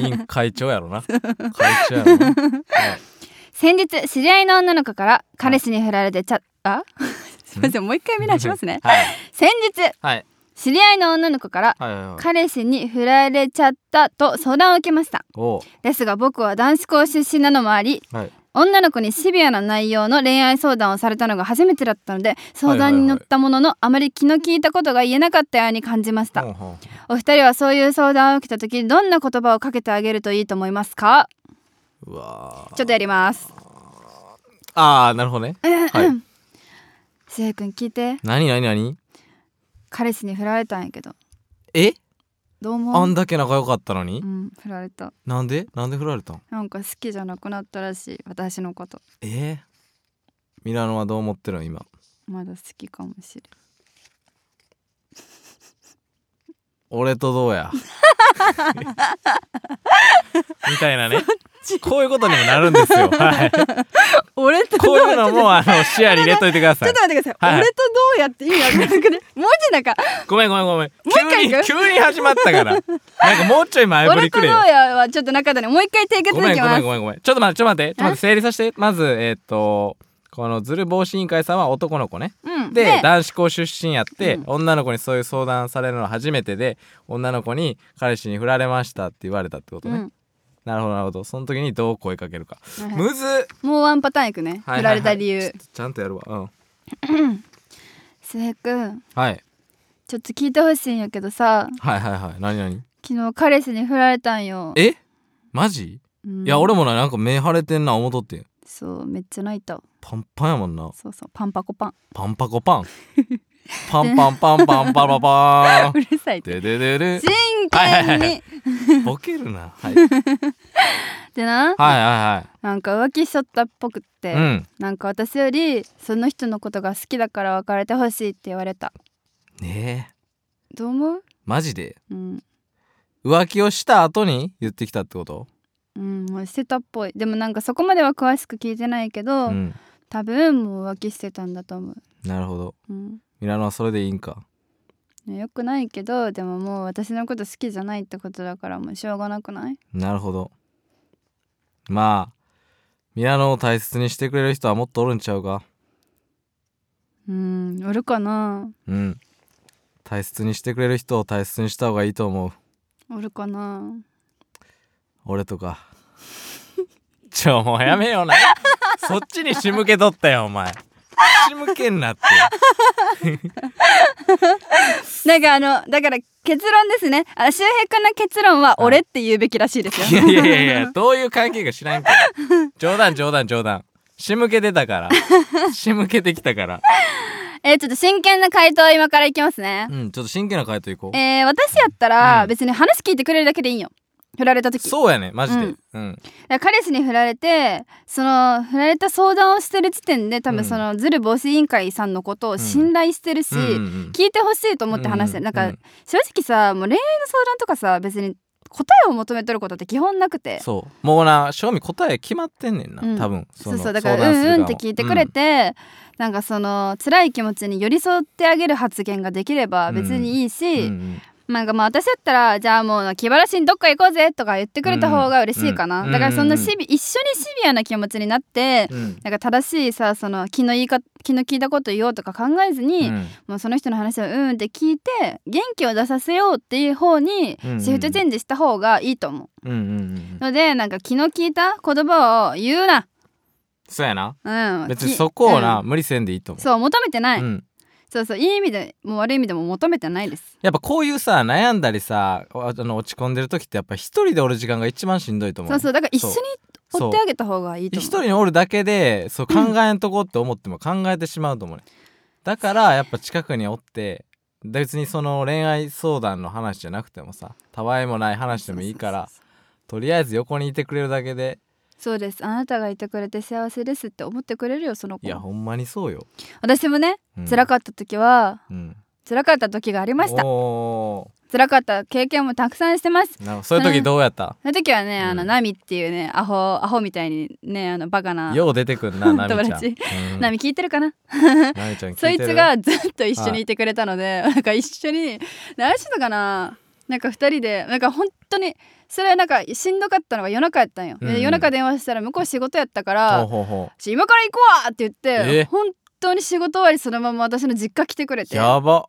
[SPEAKER 2] 委員会長やろな。会長やろな。はい
[SPEAKER 1] 先日知り合いの女の子から彼氏に振られてちゃ あすいませんもう一回見直しますね
[SPEAKER 2] はい。
[SPEAKER 1] 先日
[SPEAKER 2] はい。
[SPEAKER 1] 知り合いの女の子から
[SPEAKER 2] はいはいはい。
[SPEAKER 1] 彼氏に振られちゃったと相談を受けました
[SPEAKER 2] おお
[SPEAKER 1] ですが僕は男子校出身なのもあり
[SPEAKER 2] ー。はい。
[SPEAKER 1] 女の子にシビアな内容の恋愛相談をされたのが初めてだったので相談に乗ったもののあまり気の利いたことが言えなかったように感じました
[SPEAKER 2] ほんほん
[SPEAKER 1] お二人はそういう相談を受けた時どんな言葉をかけてあげるといいと思いますか
[SPEAKER 2] うわー
[SPEAKER 1] ちょっとやります
[SPEAKER 2] ああ、なるほどね。はい。
[SPEAKER 1] しゅうくん聞いて
[SPEAKER 2] 何何何？
[SPEAKER 1] 彼氏に振られたんやけど
[SPEAKER 2] え？
[SPEAKER 1] どう思
[SPEAKER 2] あ
[SPEAKER 1] うん
[SPEAKER 2] だけ仲良かったのに
[SPEAKER 1] う？ん振られた
[SPEAKER 2] なんで？なんで振られたん？
[SPEAKER 1] なんか好きじゃなくなったらしい私のこと
[SPEAKER 2] えー、ミラノはどう思ってるの今
[SPEAKER 1] まだ好きかもしれん
[SPEAKER 2] 俺とどう やみたいなねこういうことにもなるんですよ、 はい、
[SPEAKER 1] 俺と
[SPEAKER 2] こういうのもあの視野に入れといてください
[SPEAKER 1] 待ってくだ
[SPEAKER 2] はい
[SPEAKER 1] とどうやって意味わ からなくね文字なんか
[SPEAKER 2] ごめんごめんごめん
[SPEAKER 1] う一回
[SPEAKER 2] 急
[SPEAKER 1] 行
[SPEAKER 2] に
[SPEAKER 1] く
[SPEAKER 2] 急に始まったからなんかもうちょい前振
[SPEAKER 1] 俺
[SPEAKER 2] り
[SPEAKER 1] と
[SPEAKER 2] く
[SPEAKER 1] ど
[SPEAKER 2] れ
[SPEAKER 1] う
[SPEAKER 2] よ
[SPEAKER 1] やはちょっと中だねもう一回締結
[SPEAKER 2] ご
[SPEAKER 1] で
[SPEAKER 2] めん
[SPEAKER 1] き
[SPEAKER 2] ごめ
[SPEAKER 1] ま
[SPEAKER 2] ん
[SPEAKER 1] す
[SPEAKER 2] ごめんごめんちょっと待ってちょっと待ってちょっと待って整理させてまずえーっとこのズル防止委員会さんは男の子ね
[SPEAKER 1] うん
[SPEAKER 2] で
[SPEAKER 1] で
[SPEAKER 2] 男子校出身やって、
[SPEAKER 1] うん
[SPEAKER 2] 女の子にそういう相談されるのは初めてで女の子に「彼氏に振られました」って言われたってことね、
[SPEAKER 1] うん
[SPEAKER 2] なるほどなるほどその時にどう声かけるか、
[SPEAKER 1] はいはい
[SPEAKER 2] むずっ、
[SPEAKER 1] もうワンパターンいくね
[SPEAKER 2] はいはいはい
[SPEAKER 1] 振られた理由
[SPEAKER 2] ちょちゃんとやるわうん
[SPEAKER 1] すへくん
[SPEAKER 2] はい
[SPEAKER 1] ちょっと聞いてほしいんやけどさ
[SPEAKER 2] はいはいはい何何
[SPEAKER 1] 昨日彼氏に振られたんよ
[SPEAKER 2] えマジ、
[SPEAKER 1] うん
[SPEAKER 2] いや俺もななんか目腫れてんな思うとって
[SPEAKER 1] そうめっちゃ泣いた
[SPEAKER 2] パンパンやもんな
[SPEAKER 1] そうそうパンパコパン
[SPEAKER 2] パンパコパンパンパンパンパンパンパンパン
[SPEAKER 1] うるさいって
[SPEAKER 2] ででで で
[SPEAKER 1] 真
[SPEAKER 2] はいは
[SPEAKER 1] 剣
[SPEAKER 2] いは
[SPEAKER 1] に
[SPEAKER 2] いボケるなはいはい
[SPEAKER 1] でな
[SPEAKER 2] は
[SPEAKER 1] なんか浮気しとったっぽくっ
[SPEAKER 2] いはいう
[SPEAKER 1] て
[SPEAKER 2] ん
[SPEAKER 1] なんか私よりその人のことが好きだから別れてほしいって言われた
[SPEAKER 2] ねえ
[SPEAKER 1] どう思う
[SPEAKER 2] マジで
[SPEAKER 1] うん
[SPEAKER 2] 浮気をした後に言ってきたってこと
[SPEAKER 1] うんもうしてたっぽいでもなんかそこまでは詳しく聞いてないけど、
[SPEAKER 2] うん
[SPEAKER 1] 多分もう浮気してたんだと思う、
[SPEAKER 2] なるほど
[SPEAKER 1] うん、
[SPEAKER 2] ミラノはそれでいいんか
[SPEAKER 1] よくないけどでももう私のこと好きじゃないってことだからもうしょうがなくない
[SPEAKER 2] なるほどまあミラノを大切にしてくれる人はもっとおるんちゃうか
[SPEAKER 1] うんおるかな
[SPEAKER 2] うん大切にしてくれる人を大切にした方がいいと思う
[SPEAKER 1] おるかな
[SPEAKER 2] 俺とかちょもうやめようなそっちに仕向けとったよお前仕向けんなって
[SPEAKER 1] なんかあのだから結論ですねあ周平君の結論は
[SPEAKER 2] はい
[SPEAKER 1] 俺って言うべきらしいです
[SPEAKER 2] い
[SPEAKER 1] よ、
[SPEAKER 2] やいやいやいや どういう関係か知らんけど冗談冗談冗談仕向けてたから仕向けてきたから
[SPEAKER 1] えーちょっと真剣な回答今からいきますね、
[SPEAKER 2] うんちょっと真剣な回答いこう
[SPEAKER 1] えー私やったら
[SPEAKER 2] うん
[SPEAKER 1] 別に話聞いてくれるだけでいいんよ振られた時
[SPEAKER 2] そうやねマジで
[SPEAKER 1] う
[SPEAKER 2] うん
[SPEAKER 1] ん、
[SPEAKER 2] うん、
[SPEAKER 1] だから彼氏に振られてその振られた相談をしてる時点で多
[SPEAKER 2] うん
[SPEAKER 1] 分そのズル防止委員会さんのことを信頼してるし、
[SPEAKER 2] うんうん
[SPEAKER 1] 聞いてほしいと思って話して
[SPEAKER 2] う
[SPEAKER 1] る、
[SPEAKER 2] ん
[SPEAKER 1] なんか、
[SPEAKER 2] うん
[SPEAKER 1] 正直さもう恋愛の相談とかさ別に答えを求めとることって基本なくて
[SPEAKER 2] そうもうな正味答え決まってんねんな、
[SPEAKER 1] うん
[SPEAKER 2] 多分
[SPEAKER 1] そう
[SPEAKER 2] の
[SPEAKER 1] そうだから
[SPEAKER 2] 相談する
[SPEAKER 1] うんうんっ
[SPEAKER 2] 側
[SPEAKER 1] て
[SPEAKER 2] も
[SPEAKER 1] 聞いてくれて、なんかその辛い気持ちに寄り添ってあげる発言ができれば別にいいし、
[SPEAKER 2] うんうん
[SPEAKER 1] なんかまあ私だったらじゃあもう気晴らしにどっか行こうぜとか言ってくれた方が嬉しいかな、
[SPEAKER 2] うん
[SPEAKER 1] だからそんな
[SPEAKER 2] うんうん
[SPEAKER 1] シビ一緒にシビアな気持ちになって、
[SPEAKER 2] うん
[SPEAKER 1] なんか正しいさその気のいいか気の利いたこと言おうとか考えずに、
[SPEAKER 2] うん
[SPEAKER 1] もうその人の話をうんって聞いて元気を出させようっていう方に
[SPEAKER 2] うんうん
[SPEAKER 1] シフトチェンジした方がいいと思
[SPEAKER 2] うんうんうん
[SPEAKER 1] うのでなんか気の利いた言葉を言うな、
[SPEAKER 2] そうやな
[SPEAKER 1] うん、
[SPEAKER 2] 別にそこをな、
[SPEAKER 1] うん
[SPEAKER 2] 無理せんでいいと思う
[SPEAKER 1] そう求めてない、
[SPEAKER 2] うん、
[SPEAKER 1] そうそういい意味でも悪い意味でも求めてないです
[SPEAKER 2] やっぱこういうさ悩んだりさああの落ち込んでる時ってやっぱ一人でおる時間が一番しんどいと思う
[SPEAKER 1] そうそうだから一緒に
[SPEAKER 2] そ
[SPEAKER 1] 追
[SPEAKER 2] う
[SPEAKER 1] ってあげた方がいいと
[SPEAKER 2] 一
[SPEAKER 1] 思う
[SPEAKER 2] 人におるだけでそう考えんとこって思っても考えてしまうと思うねだからやっぱ近くにおって別にその恋愛相談の話じゃなくてもさたわいもない話でもいいから
[SPEAKER 1] そうそう
[SPEAKER 2] とりあえず横にいてくれるだけで
[SPEAKER 1] そうそうですあなたがいてくれて幸せですって思ってくれるよその
[SPEAKER 2] い
[SPEAKER 1] 子
[SPEAKER 2] やほんまにそうよ、
[SPEAKER 1] 私もね
[SPEAKER 2] うん、
[SPEAKER 1] 辛かった時は
[SPEAKER 2] うん
[SPEAKER 1] 辛かった時がありました
[SPEAKER 2] お
[SPEAKER 1] 辛かった経験もたくさんしてます
[SPEAKER 2] ーなるほどそういう時どうやった、
[SPEAKER 1] その時はね、あ
[SPEAKER 2] う
[SPEAKER 1] の
[SPEAKER 2] ん
[SPEAKER 1] ナミっていうねアホアホみたいにねあのバカな
[SPEAKER 2] よう出てくんな奈美ちゃ
[SPEAKER 1] 友
[SPEAKER 2] ん、
[SPEAKER 1] 達
[SPEAKER 2] うん、
[SPEAKER 1] ナミ聞いてるかな
[SPEAKER 2] 奈美ちゃん聞いて
[SPEAKER 1] そい
[SPEAKER 2] る
[SPEAKER 1] つがずっと一緒にいてくれたので、なんか一緒に何してたかななんか二人でなんか本当にそれはなんかしんどかったのが夜中やったんよ、で
[SPEAKER 2] うん
[SPEAKER 1] 夜中電話したら向こう仕事 やったか
[SPEAKER 2] ほう
[SPEAKER 1] ら
[SPEAKER 2] ほうほ
[SPEAKER 1] 「今から行こう!」って言って、
[SPEAKER 2] え
[SPEAKER 1] 本当に仕事終わりそのまま私の実家来てくれ
[SPEAKER 2] う
[SPEAKER 1] て
[SPEAKER 2] やば、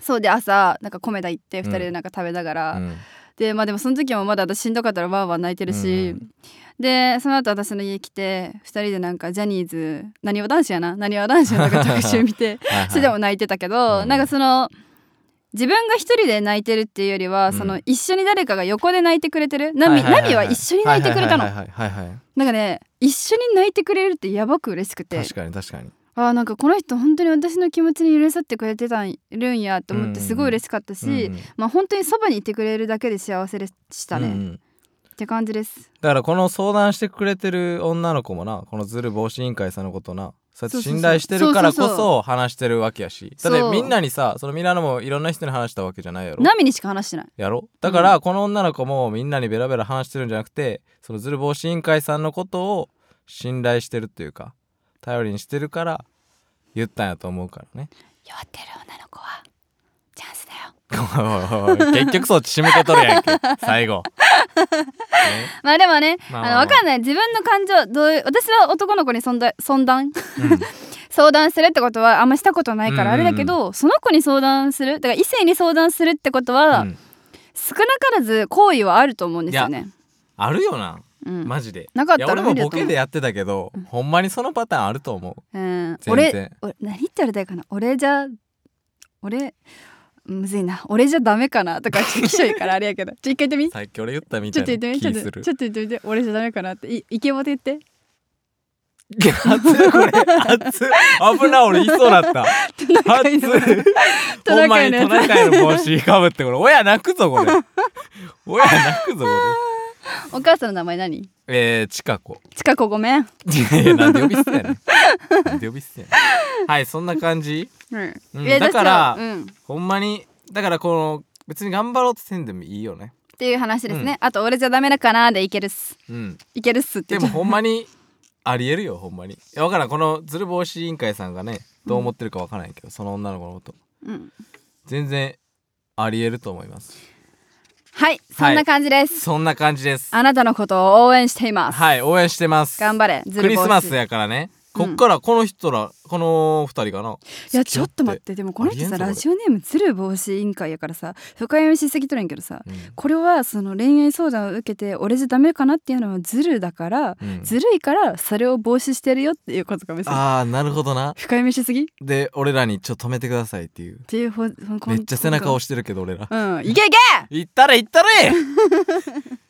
[SPEAKER 1] そうで朝なんか米田行って
[SPEAKER 2] ん
[SPEAKER 1] 二人でなんか食べながら、
[SPEAKER 2] うん
[SPEAKER 1] でまあでもその時もまだ私しんどかったらわーわー泣いてるし、
[SPEAKER 2] うん
[SPEAKER 1] でその後私の家来て二人でなんかジャニーズなにわ男子やななにわ男子のなんか特集見て
[SPEAKER 2] はいはい
[SPEAKER 1] それでも泣いてたけど、
[SPEAKER 2] うん
[SPEAKER 1] なんかその自分が一人で泣いてるっていうよりは、
[SPEAKER 2] うん
[SPEAKER 1] その一緒に誰かが横で泣いてくれてるナミ,、ナミは一緒に泣いてくれたの、
[SPEAKER 2] はいはいはいはいはいはい
[SPEAKER 1] なんかね一緒に泣いてくれるってやばく嬉しくて
[SPEAKER 2] 確かに確かに
[SPEAKER 1] あーなんかこの人本当に私の気持ちに寄り添ってくれてたんいるんやと思っ
[SPEAKER 2] う
[SPEAKER 1] て
[SPEAKER 2] ん
[SPEAKER 1] すごい嬉しかったし、
[SPEAKER 2] うんうん
[SPEAKER 1] まあ本当にそばにいてくれるだけで幸せでしたね、
[SPEAKER 2] うんう
[SPEAKER 1] っ
[SPEAKER 2] ん
[SPEAKER 1] て感じです
[SPEAKER 2] だからこの相談してくれてる女の子もなこのズル防止委員会さんのことなそうやって信頼してるから
[SPEAKER 1] そ
[SPEAKER 2] こ
[SPEAKER 1] うそう
[SPEAKER 2] そ話してるわけやしだって
[SPEAKER 1] そう
[SPEAKER 2] みんなにさそのミラノもいろんな人に話したわけじゃないやろ
[SPEAKER 1] ナミにしか話してない
[SPEAKER 2] やろだからこの女の子もみんなにベラベラ話してるんじゃなくてそのズル防止委員会さんのことを信頼してるっていうか頼りにしてるから言ったんやと思うからね
[SPEAKER 1] 弱ってる女の子はチャンスだよ
[SPEAKER 2] おいおいおい 結局そっち仕向けとるやんけ最 後、ね
[SPEAKER 1] まあでもね、
[SPEAKER 2] まあ
[SPEAKER 1] あのわかんない自分の感情どういう私は男の子に相談相談
[SPEAKER 2] うん
[SPEAKER 1] 相談するってことはあんましたことないからあ
[SPEAKER 2] うんうん
[SPEAKER 1] れ
[SPEAKER 2] うん
[SPEAKER 1] だけど、その子に相談するだから異性に相談するってことは、
[SPEAKER 2] うん
[SPEAKER 1] 少なからず好意はあると思うんですよね。
[SPEAKER 2] あるよな
[SPEAKER 1] うん
[SPEAKER 2] マジで
[SPEAKER 1] なかっ
[SPEAKER 2] い
[SPEAKER 1] た
[SPEAKER 2] や
[SPEAKER 1] ら
[SPEAKER 2] 俺も
[SPEAKER 1] 無理だ
[SPEAKER 2] ボ
[SPEAKER 1] と思
[SPEAKER 2] ケ
[SPEAKER 1] う
[SPEAKER 2] でやってたけど、ほんまにそのパターンあると思
[SPEAKER 1] うん、
[SPEAKER 2] 全然
[SPEAKER 1] 俺俺何言って言われたいかな俺じゃ俺むずいな俺じゃダメかなとかちょっときしょいからあれやけどちょ一回言ってみ
[SPEAKER 2] うさっき俺言ったみ
[SPEAKER 1] ち
[SPEAKER 2] た
[SPEAKER 1] ょっ
[SPEAKER 2] い
[SPEAKER 1] と言
[SPEAKER 2] な
[SPEAKER 1] ってみ
[SPEAKER 2] 気
[SPEAKER 1] ちょっ
[SPEAKER 2] す
[SPEAKER 1] と
[SPEAKER 2] る
[SPEAKER 1] ちょっと言ってみて俺じゃダメかなっていイケボで言って
[SPEAKER 2] 熱いこれ熱い危ない俺言いそうだった熱い
[SPEAKER 1] ト
[SPEAKER 2] ほん
[SPEAKER 1] ナ
[SPEAKER 2] ま
[SPEAKER 1] カイ
[SPEAKER 2] に
[SPEAKER 1] の
[SPEAKER 2] トナカイの帽子かぶってこれ親泣くぞこれ親泣くぞこ
[SPEAKER 1] お母さんの名前何
[SPEAKER 2] れえー、ちかこ
[SPEAKER 1] ちかこごめん、
[SPEAKER 2] いやいやなんで呼び捨てやねんなんで呼び捨てやねんはいそんな感じ
[SPEAKER 1] うん
[SPEAKER 2] うん
[SPEAKER 1] いや
[SPEAKER 2] だから
[SPEAKER 1] 私はうん
[SPEAKER 2] ほんまにだからこの別に頑張ろうとせんでもいいよね
[SPEAKER 1] っていう話ですね、あと俺じゃダメだかなでいけるっす
[SPEAKER 2] うん
[SPEAKER 1] いけるっすって
[SPEAKER 2] で
[SPEAKER 1] 言っち
[SPEAKER 2] も
[SPEAKER 1] ゃう
[SPEAKER 2] ほんまにありえるよほんまにいやわからんこのズル防止委員会さんがねどう思ってるかわからんけど、その女の子のこと
[SPEAKER 1] うん
[SPEAKER 2] 全然ありえると思います
[SPEAKER 1] はいそんな感じです、
[SPEAKER 2] そんな感じです
[SPEAKER 1] あなたのことを応援しています、
[SPEAKER 2] はい応援してます
[SPEAKER 1] 頑張れズ
[SPEAKER 2] ク
[SPEAKER 1] ル
[SPEAKER 2] リ
[SPEAKER 1] 防止
[SPEAKER 2] スマスやからねこっからこの人ら、この二人かない
[SPEAKER 1] やちょっと待ってでもこの人
[SPEAKER 2] あ
[SPEAKER 1] さ
[SPEAKER 2] りえんぞ
[SPEAKER 1] ラジオネームズル防止委員会やからさ深読みしすぎとるんやけどさ
[SPEAKER 2] うん
[SPEAKER 1] これはその恋愛相談を受けて俺じゃダメかなっていうのはズルだから、
[SPEAKER 2] うん
[SPEAKER 1] ずるいからそれを防止してるよっていうことかもしれない
[SPEAKER 2] あーなるほどな
[SPEAKER 1] 深読みしすぎっ
[SPEAKER 2] で俺らにちょっと止めてくださいっていう
[SPEAKER 1] ていうほほ
[SPEAKER 2] めっちゃ背中
[SPEAKER 1] を
[SPEAKER 2] 押してるけど俺ら
[SPEAKER 1] うんいけいけ
[SPEAKER 2] 行ったれ行ったれ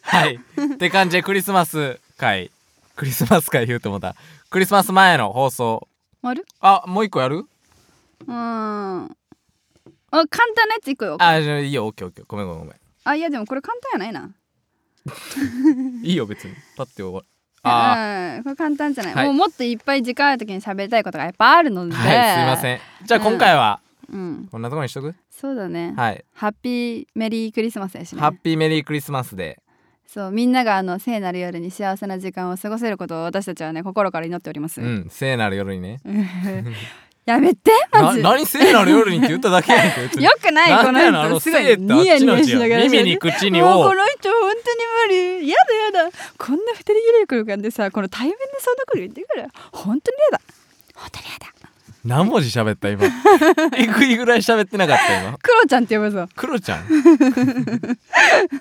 [SPEAKER 2] はいって感じでクリスマス会クリスマス会言うと思ったクリスマス前の放送
[SPEAKER 1] ある
[SPEAKER 2] あもう一個やる
[SPEAKER 1] うんあ簡単なやついくよ
[SPEAKER 2] あじゃあいいよオッケーオッケーごめんごめんごめん
[SPEAKER 1] あいやでもこれ簡単やないない
[SPEAKER 2] いよ別にパッて終わるあ
[SPEAKER 1] うんこれ簡単じゃない、
[SPEAKER 2] はい
[SPEAKER 1] もうもっといっぱい時間ある時に喋りたいことがやっぱあるの
[SPEAKER 2] ー
[SPEAKER 1] で
[SPEAKER 2] はいすいま
[SPEAKER 1] ん
[SPEAKER 2] せんじゃあ今回は
[SPEAKER 1] うん
[SPEAKER 2] こんなところにしとく
[SPEAKER 1] そうだね、
[SPEAKER 2] はい
[SPEAKER 1] ハッピーメリークリスマスやしね
[SPEAKER 2] ハッピーメリークリスマスで
[SPEAKER 1] そうみんながあの聖なる夜に幸せな時間を過ごせることを私たちはね心から祈っております、
[SPEAKER 2] うん聖なる夜にね
[SPEAKER 1] やめてマ
[SPEAKER 2] な
[SPEAKER 1] ジ
[SPEAKER 2] 何聖なる夜にって言っただけやんけ別 に
[SPEAKER 1] よくないこ
[SPEAKER 2] んやろあ
[SPEAKER 1] の人すご
[SPEAKER 2] 聖っ
[SPEAKER 1] い
[SPEAKER 2] て
[SPEAKER 1] ニヤニ
[SPEAKER 2] あっ
[SPEAKER 1] ヤ
[SPEAKER 2] ち
[SPEAKER 1] し
[SPEAKER 2] の
[SPEAKER 1] な
[SPEAKER 2] 違
[SPEAKER 1] が
[SPEAKER 2] う
[SPEAKER 1] ら
[SPEAKER 2] 耳に口に
[SPEAKER 1] もう
[SPEAKER 2] を
[SPEAKER 1] この人本当に無理やだやだこんな二人きりの空間でさこの対面でそんなこと言ってくる本当にやだ本当にやだ
[SPEAKER 2] 何文字喋った今えぐいぐらい喋ってなかった今
[SPEAKER 1] クロちゃんって呼ぶぞ
[SPEAKER 2] クロちゃん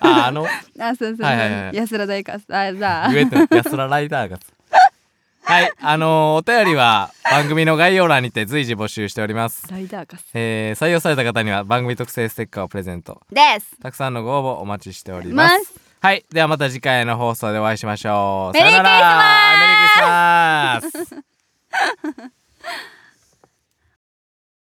[SPEAKER 2] ああの
[SPEAKER 1] あそうそうそう、
[SPEAKER 2] はいはいはい
[SPEAKER 1] 安ら大かあだ
[SPEAKER 2] 言えてない安らライダーがはいあのーお便りは番組の概要欄にて随時募集しております、
[SPEAKER 1] ライダーかす
[SPEAKER 2] えー採用された方には番組特製ステッカーをプレゼント
[SPEAKER 1] です
[SPEAKER 2] たくさんのご応募お待ちしております
[SPEAKER 1] ます
[SPEAKER 2] はいではまた次回の放送でお会いしましょう
[SPEAKER 1] メリー
[SPEAKER 2] さよならメリークリスマス